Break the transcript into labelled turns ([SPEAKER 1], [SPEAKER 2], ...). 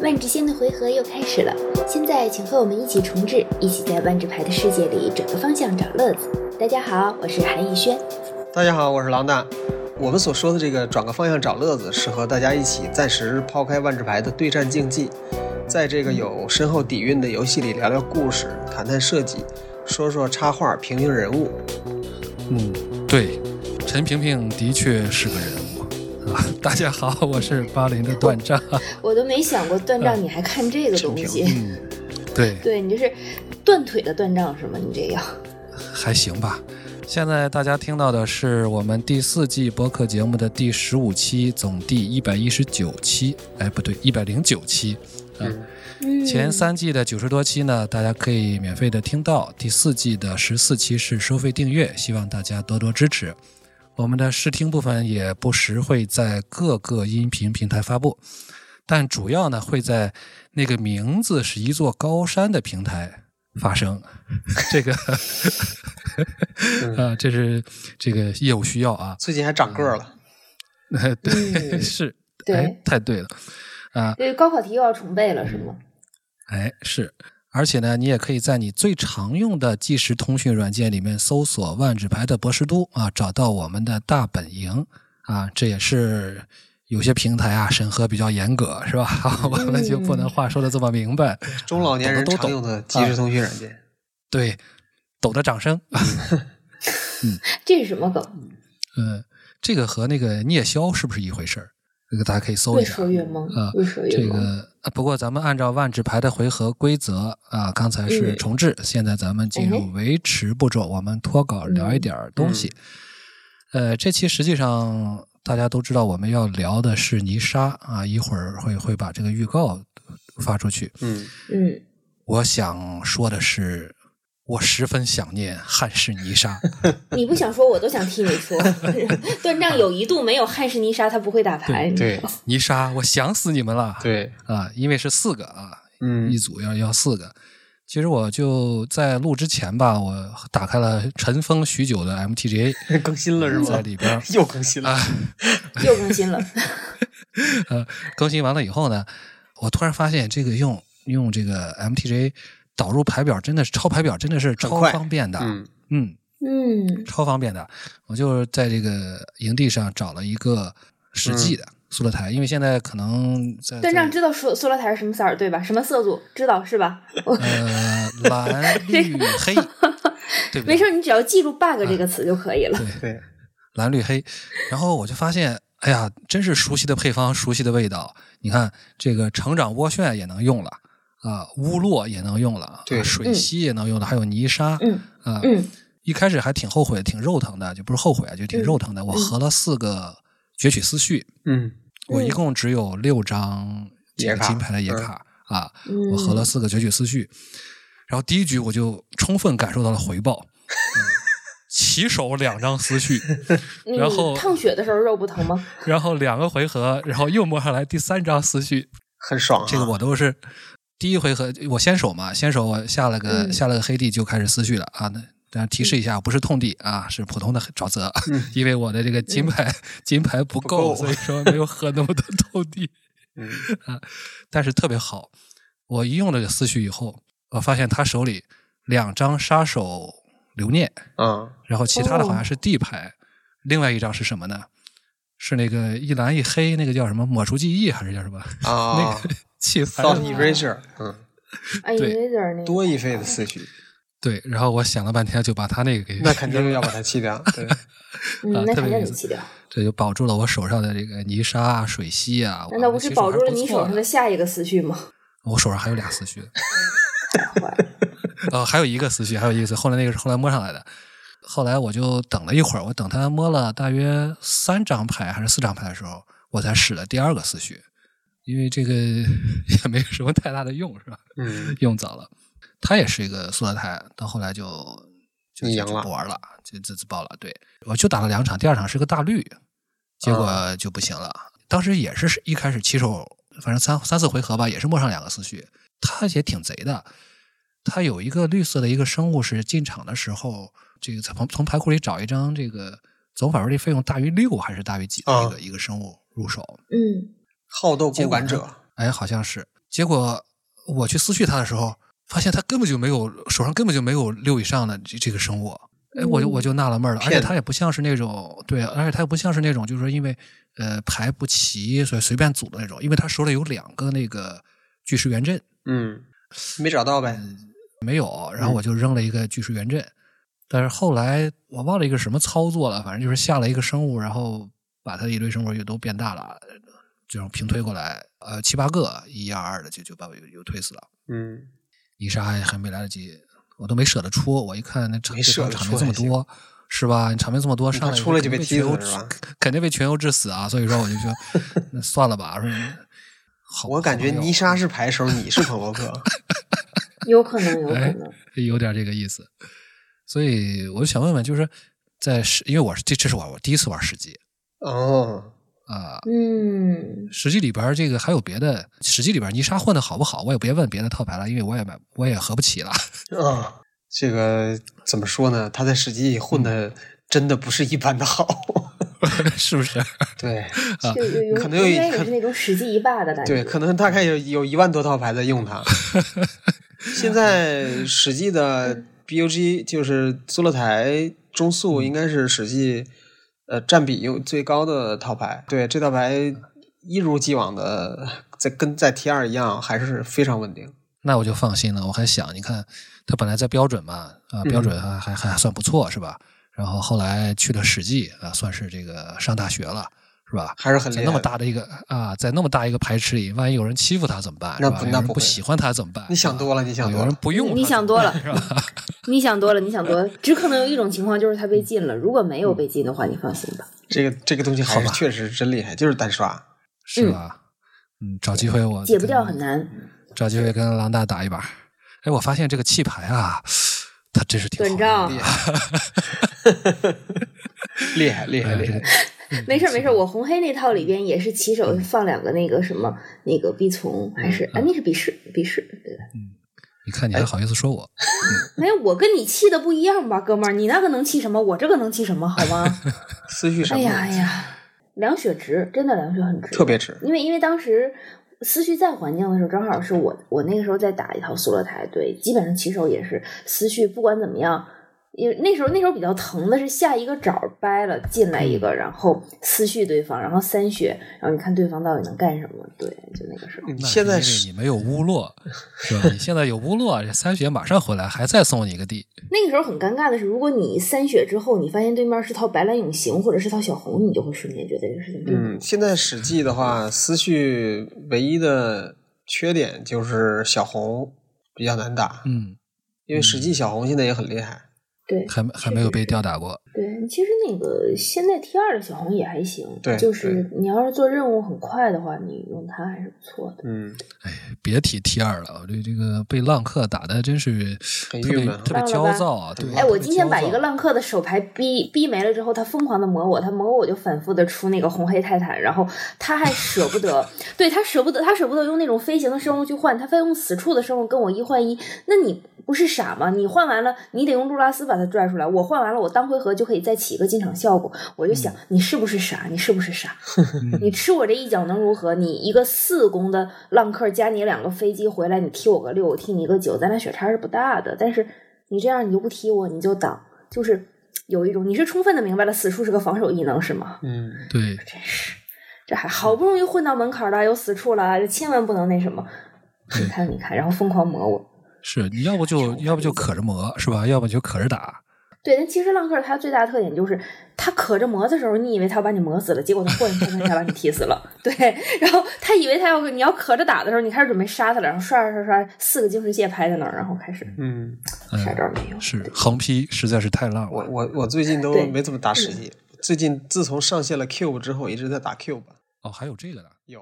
[SPEAKER 1] 万智仙的回合又开始了。现在，请和我们一起重置，一起在万智牌的世界里转个方向找乐子。大家好，我是韩逸轩。
[SPEAKER 2] 大家好，我是狼大。我们所说的这个转个方向找乐子，是和大家一起暂时抛开万智牌的对战竞技，在这个有深厚底蕴的游戏里聊聊故事，谈谈设计，说说插画，评评人物。
[SPEAKER 3] 嗯，对，陈萍萍的确是个人物啊。 大家好，我是巴林的段章。
[SPEAKER 1] 我都没想过断杖，你还看这个东西？
[SPEAKER 3] 嗯， 对，
[SPEAKER 1] 对你这是断腿的断杖是吗？你这个
[SPEAKER 3] 还行吧。现在大家听到的是我们第四季播客节目的第十五期，总第一百一十九期，哎，不对，一百零九期。嗯，前三季的九十多期呢，大家可以免费的听到，第四季的十四期是收费订阅，希望大家多多支持。我们的试听部分也不时会在各个音频平台发布，但主要呢会在那个名字是一座高山的平台发生。这个 啊，这是这个业务需要啊，
[SPEAKER 2] 最近还长个儿了，
[SPEAKER 3] 对，
[SPEAKER 1] 嗯
[SPEAKER 3] 是，
[SPEAKER 1] 对
[SPEAKER 3] 哎，太对了啊，
[SPEAKER 1] 对高考题又要重背了是吗？
[SPEAKER 3] 哎，是，而且呢，你也可以在你最常用的即时通讯软件里面搜索“万智牌的博士都”啊，找到我们的大本营啊，这也是有些平台啊审核比较严格，是吧？ 我们就不能话说的这么明白。
[SPEAKER 2] 中老年人
[SPEAKER 3] 懂的
[SPEAKER 2] 常
[SPEAKER 3] 都懂
[SPEAKER 2] 用的即时通讯软件。
[SPEAKER 3] 对，抖的掌声。
[SPEAKER 1] 这是什么梗？
[SPEAKER 3] 嗯，这个和那个聂霄是不是一回事儿？这个大家可以搜一
[SPEAKER 1] 越
[SPEAKER 3] 下。
[SPEAKER 1] 说越懵
[SPEAKER 3] 啊，
[SPEAKER 1] 越说越
[SPEAKER 3] 这
[SPEAKER 1] 懵。
[SPEAKER 3] 个呃不过咱们按照万智牌的回合规则啊，刚才是
[SPEAKER 1] 嗯
[SPEAKER 3] 重置，现在咱们进入
[SPEAKER 1] 嗯
[SPEAKER 3] 维持步骤，我们脱稿聊一点儿东西。
[SPEAKER 1] 嗯
[SPEAKER 3] 呃，这期实际上大家都知道我们要聊的是泥沙啊，一会儿会会把这个预告发出去。
[SPEAKER 2] 嗯，
[SPEAKER 1] 嗯，
[SPEAKER 3] 我想说的是，我十分想念汉室泥沙。
[SPEAKER 1] 你不想说，我都想替你说。断杖有一度没有汉士尼莎，他不会打牌。你知
[SPEAKER 2] 对
[SPEAKER 1] 道吗
[SPEAKER 3] 泥沙，我想死你们了。
[SPEAKER 2] 对，
[SPEAKER 3] 啊，因为是四个啊，
[SPEAKER 2] 嗯
[SPEAKER 3] 一组要要四个。其实我就在录之前吧，我打开了尘封许久的 MTGA，
[SPEAKER 2] 更新 了是
[SPEAKER 3] 在
[SPEAKER 2] 吗？
[SPEAKER 3] 里边儿
[SPEAKER 2] 又更新
[SPEAKER 3] 啊
[SPEAKER 2] 了。
[SPEAKER 1] 又更新了。
[SPEAKER 3] 呃更新完了以后呢，我突然发现这个用用这个 MTGA 导入排表真的是超排表真的是超
[SPEAKER 2] 快
[SPEAKER 3] 方便的，
[SPEAKER 2] 嗯
[SPEAKER 3] 嗯，
[SPEAKER 1] 嗯
[SPEAKER 3] 超方便的。我就是在这个营地上找了一个实
[SPEAKER 2] 嗯
[SPEAKER 3] 际的塑料台，因为现在可能在
[SPEAKER 1] 断
[SPEAKER 3] 呃在
[SPEAKER 1] 杖知道塑塑料台是什么色儿对吧？什么色组知道是吧？我
[SPEAKER 3] 呃蓝绿黑，对不对？
[SPEAKER 1] 没事儿，你只要记住 “bug” 这个词就可以了。
[SPEAKER 3] 对。
[SPEAKER 2] 对，
[SPEAKER 3] 蓝绿黑，然后我就发现，哎呀，真是熟悉的配方，熟悉的味道。你看，这个成长涡旋也能用了啊，乌洛也能用了，
[SPEAKER 2] 对
[SPEAKER 3] 啊水溪也能用了，还有泥沙
[SPEAKER 1] 嗯
[SPEAKER 3] 啊。
[SPEAKER 1] 嗯
[SPEAKER 3] 一开始还挺后悔，挺肉疼的，就不是后悔啊，就挺肉疼的。我合了四个攫取思绪，
[SPEAKER 2] 嗯
[SPEAKER 3] 我一共只有六张这个
[SPEAKER 2] 野卡
[SPEAKER 3] 金牌的野卡啊，
[SPEAKER 1] 嗯，
[SPEAKER 3] 我合了四个攫取思绪，然后第一局我就充分感受到了回报，嗯起手两张思绪。
[SPEAKER 1] 嗯你
[SPEAKER 3] 然后
[SPEAKER 1] 烫血的时候肉不疼吗？
[SPEAKER 3] 然后两个回合，然后又摸上来第三张思绪，
[SPEAKER 2] 很爽啊。
[SPEAKER 3] 这个我都是第一回合我先手嘛，先手我下了个、
[SPEAKER 1] 嗯
[SPEAKER 3] 下了个黑地就开始思绪了啊。那大家提示一下，不是痛地啊，是普通的沼泽，
[SPEAKER 2] 嗯
[SPEAKER 3] 因为我的这个金牌、金牌不
[SPEAKER 2] 不
[SPEAKER 3] 够，
[SPEAKER 2] 够
[SPEAKER 3] 所以说没有喝那么多痛地，
[SPEAKER 2] 嗯
[SPEAKER 3] 但是特别好。我一用了这个思绪以后，我发现他手里两张杀手留念，
[SPEAKER 2] 啊
[SPEAKER 3] 然后其他的
[SPEAKER 1] 哦
[SPEAKER 3] 好像是 D 牌，另外一张是什么呢？是那个一蓝一黑，那个叫什么？抹除记忆还是叫什么？
[SPEAKER 2] 啊
[SPEAKER 3] 气牌。
[SPEAKER 2] ，thought erasure，嗯，
[SPEAKER 1] 哎，有
[SPEAKER 3] 对
[SPEAKER 1] 一点儿那个
[SPEAKER 2] 多一费的思绪，
[SPEAKER 3] 对，然后我想了半天，就把他那 个给
[SPEAKER 2] 那肯定要把它弃掉。对，
[SPEAKER 1] 嗯
[SPEAKER 3] 啊，
[SPEAKER 1] 那
[SPEAKER 3] 特
[SPEAKER 1] 肯
[SPEAKER 3] 别
[SPEAKER 1] 定
[SPEAKER 3] 有
[SPEAKER 1] 得
[SPEAKER 3] 意思
[SPEAKER 1] 弃掉。
[SPEAKER 3] 这就保住了我手上的这个泥沙啊、水溪啊。
[SPEAKER 1] 难道
[SPEAKER 3] 我
[SPEAKER 1] 不是
[SPEAKER 3] 其实
[SPEAKER 1] 保住
[SPEAKER 3] 还
[SPEAKER 1] 了
[SPEAKER 3] 不
[SPEAKER 1] 你
[SPEAKER 3] 错啊
[SPEAKER 1] 手上的下一个思绪 吗？
[SPEAKER 3] 我手上还有俩思绪，
[SPEAKER 1] 太坏了
[SPEAKER 3] 呃，还有一个思绪，还有一个思绪后来那个是后来摸上来的。后来我就等了一会儿，我等他摸了大约三张牌还是四张牌的时候，我才使了第二个思绪，因为这个 也没什么太大的用，是吧？
[SPEAKER 2] 嗯，
[SPEAKER 3] 用早了。他也是一个塑料台，到后来就就
[SPEAKER 2] 你赢了
[SPEAKER 3] 就不玩了，就自自爆了。对，我就打了两场，第二场是个大绿，结
[SPEAKER 2] 啊
[SPEAKER 3] 果就不行了。当时也是一开始起手，反正三三四回合吧，也是摸上两个思绪。他也挺贼的，他有一个绿色的一个生物是进场的时候，这个从从牌库里找一张这个总返回率费用大于六还是
[SPEAKER 2] 啊
[SPEAKER 3] 大于几的一个、一个生物入手，
[SPEAKER 1] 嗯
[SPEAKER 2] 好斗公感者，
[SPEAKER 3] 哎，好像是。结果我去私序它的时候，发现它根本就没有手上根本就没有六以上的这这个生物，哎，我就我就纳了闷儿了，而且
[SPEAKER 2] 骗
[SPEAKER 3] 它也不像是那种对，而且它也不像是那种就是说因为呃排不齐所以随便组的那种，因为它手里有两个那个巨石原阵
[SPEAKER 2] 嗯，没找到呗，
[SPEAKER 3] 没有，然后
[SPEAKER 2] 嗯
[SPEAKER 3] 我就扔了一个巨石原阵，但是后来我忘了一个什么操作了，反正就是下了一个生物，然后把它一堆生物就都变大了，这种平推过来，呃七八个一二二的就就把我又又推死了。
[SPEAKER 2] 嗯，
[SPEAKER 3] 泥沙也还没来得及，我都没舍得出。我一看那场
[SPEAKER 2] 没
[SPEAKER 3] 这
[SPEAKER 2] 舍
[SPEAKER 3] 场
[SPEAKER 2] 得
[SPEAKER 3] 场
[SPEAKER 2] 出
[SPEAKER 3] 面这么
[SPEAKER 2] 还行
[SPEAKER 3] 多，是吧？你场面这么多，
[SPEAKER 2] 你
[SPEAKER 3] 上
[SPEAKER 2] 怕
[SPEAKER 3] 来
[SPEAKER 2] 出来就被
[SPEAKER 3] 肯
[SPEAKER 2] 踢
[SPEAKER 3] 定
[SPEAKER 2] 死
[SPEAKER 3] 群殴
[SPEAKER 2] 是吧
[SPEAKER 3] 肯定被群殴致死啊！所以说我 就说，那算了吧。说好，
[SPEAKER 2] 我感觉
[SPEAKER 3] 好朋友
[SPEAKER 2] 泥沙是排手，你是朋洛 克，
[SPEAKER 1] 有可能，有可
[SPEAKER 3] 哎
[SPEAKER 1] 能，
[SPEAKER 3] 有点这个意思。所以我就想问问，就是在实，因为我是这这是我我第一次玩实际
[SPEAKER 2] 哦，
[SPEAKER 3] 啊、
[SPEAKER 1] 嗯，
[SPEAKER 3] 实际里边儿这个还有别的，实际里边儿泥沙混的好不好，我也别问别的套牌了，因为我也买我也合不起了。
[SPEAKER 2] 啊，这个怎么说呢？他在史记混的真的不是一般的好，
[SPEAKER 3] 是不是？
[SPEAKER 2] 对
[SPEAKER 3] 啊
[SPEAKER 1] 就有有
[SPEAKER 2] 可能有
[SPEAKER 1] 应该
[SPEAKER 2] 一
[SPEAKER 1] 也
[SPEAKER 2] 可
[SPEAKER 1] 是那种史记一霸的感觉，
[SPEAKER 2] 对，可能大概有有一万多套牌在用 它。现在史 记的 BUG 就是苏勒台中速，
[SPEAKER 1] 嗯
[SPEAKER 2] 应该是史记呃占比用最高的套牌。对，这套牌一如既往的在跟在 T 二一样，还是非常稳定。
[SPEAKER 3] 那我就放心了。我还想，你看他本来在标准嘛，啊、标准
[SPEAKER 2] 嗯
[SPEAKER 3] 还还还算不错是吧？然后后来去了史记啊、算是这个上大学了是吧？
[SPEAKER 2] 还是很厉
[SPEAKER 3] 在
[SPEAKER 2] 害
[SPEAKER 3] 那么
[SPEAKER 2] 的
[SPEAKER 3] 大的一个啊，在那么大一个排池里，万一有人欺负他怎么办？
[SPEAKER 2] 那
[SPEAKER 3] 是吧
[SPEAKER 2] 不
[SPEAKER 3] 有
[SPEAKER 2] 那
[SPEAKER 3] 人
[SPEAKER 2] 不
[SPEAKER 3] 不
[SPEAKER 2] 会
[SPEAKER 3] 喜欢他怎么办？
[SPEAKER 2] 你想多了
[SPEAKER 3] 是吧
[SPEAKER 2] 你想
[SPEAKER 3] 啊
[SPEAKER 2] 多
[SPEAKER 3] 有人
[SPEAKER 2] 了
[SPEAKER 3] 不用
[SPEAKER 1] 你
[SPEAKER 3] 他
[SPEAKER 1] 想
[SPEAKER 3] 怎
[SPEAKER 1] 多
[SPEAKER 3] 么办是吧？
[SPEAKER 1] 你想多了，你想多了，只可能有一种情况就是他被禁了，如果没有被禁的话，你放心吧。
[SPEAKER 2] 这个这个东西还
[SPEAKER 3] 好
[SPEAKER 2] 是
[SPEAKER 3] 吧
[SPEAKER 2] 确实真厉害，就是单刷。
[SPEAKER 3] 是吧？嗯，找机会我
[SPEAKER 1] 解不掉
[SPEAKER 3] 跟
[SPEAKER 1] 很难，
[SPEAKER 3] 找机会跟狼大打一把。哎，我发现这个弃牌啊，他真是挺好
[SPEAKER 1] 短照
[SPEAKER 3] 的。
[SPEAKER 2] 厉害厉害
[SPEAKER 3] 哎
[SPEAKER 2] 厉
[SPEAKER 3] 这
[SPEAKER 2] 害
[SPEAKER 3] 个！
[SPEAKER 1] 没事儿没事儿，我红黑那套里边也是起手放两个那个什么那个必从，还是啊那是比试比试，对吧？
[SPEAKER 3] 你看
[SPEAKER 2] 哎
[SPEAKER 3] 你还好意思说我？
[SPEAKER 1] 没有，我跟你气的不一样吧，哥们儿，你那个能气什么？我这个能气什么？好吗？
[SPEAKER 2] 思绪 什
[SPEAKER 1] 哎
[SPEAKER 2] 么
[SPEAKER 1] 呀哎 呀，凉血值，真的凉血很值，
[SPEAKER 2] 特别值。
[SPEAKER 1] 因为因为当时思绪在环境的时候，正好是我我那个时候在打一套苏勒台，对，基本上起手也是思绪，不管怎么样。因为那时候那时候比较疼的是下一个爪儿掰了进来一个，然后思绪对方，然后三血，然后你看对方到底能干什么？对，就那个时候，
[SPEAKER 2] 嗯
[SPEAKER 3] 那
[SPEAKER 2] 现在
[SPEAKER 3] 是因为
[SPEAKER 2] 是
[SPEAKER 3] 你没有乌洛，是吧？你现在有乌洛，这三血马上回来，还再送你一 个地，
[SPEAKER 1] 那个时候很尴尬的是，如果你三血之后，你发现对面是套白兰永行或者是套小红，你就会瞬间觉得这个事情并不
[SPEAKER 2] 嗯，现在《史记》的话，思绪唯一的缺点就是小红比较难打，
[SPEAKER 3] 嗯，
[SPEAKER 2] 因为《史记》小红现在也很厉害。
[SPEAKER 1] 对。
[SPEAKER 3] 还没还没有被吊打过，
[SPEAKER 1] 对，其实那个现在 T 二的小红也还行，
[SPEAKER 2] 对
[SPEAKER 1] 就是你要是做任务很快的话，你用它还是不错的。
[SPEAKER 2] 嗯，
[SPEAKER 3] 别提 T 二了，我这这个被浪客打的真是
[SPEAKER 2] 很
[SPEAKER 3] 特别
[SPEAKER 2] 郁闷啊
[SPEAKER 3] 特别焦躁啊！对，
[SPEAKER 1] 哎，
[SPEAKER 3] 特别
[SPEAKER 1] 我今天把
[SPEAKER 3] 焦躁
[SPEAKER 1] 一个浪客的手牌逼逼没了之后，他疯狂的磨我，他磨我我就反复的出那个红黑泰坦，然后他还舍不得，对他舍不得，他舍不得用那种飞行的生物去换，他非用死处的生物跟我一换一，那你不是傻吗？你换完了，你得用路拉斯把它拽出来，我换完了，我当回合就可以再起一个进场效果，我就想、
[SPEAKER 2] 嗯
[SPEAKER 1] 你是不是傻？你是不是傻？
[SPEAKER 3] 啊嗯
[SPEAKER 1] 你吃我这一脚能如何？你一个四攻的浪客加你两个飞机回来，你踢我个六，我踢你一个九，咱俩血差是不大的。但是你这样你就不踢我，你就挡，就是有一种你是充分的明白了死处是个防守异能是吗？
[SPEAKER 2] 嗯，
[SPEAKER 3] 对，
[SPEAKER 1] 真是，这还好不容易混到门槛了，有死处了，这千万不能那什么。你看，你看，然后疯狂磨我。
[SPEAKER 3] 是你要不 就要不就可着磨是吧？要不就可着打，
[SPEAKER 1] 对，但其实浪客他最大的特点就是，他可着磨的时候，你以为他要把你磨死了，结果他过一天他把你踢死了。 对，然后他以为他要你要可着打的时候，你开始准备杀他了，然后刷刷刷刷，四个金石蟹拍在那儿，然后开始
[SPEAKER 2] 嗯，
[SPEAKER 1] 啥
[SPEAKER 3] 嗯，
[SPEAKER 1] 招没有。
[SPEAKER 3] 是横批实在是太浪
[SPEAKER 2] 我
[SPEAKER 3] 了。
[SPEAKER 2] 我我最近都
[SPEAKER 1] 对
[SPEAKER 2] 没怎嗯么打《史记》，最近自从上线了 Cube 之后，一直在打 Cube。
[SPEAKER 3] 哦，还有这个呢。
[SPEAKER 2] 有。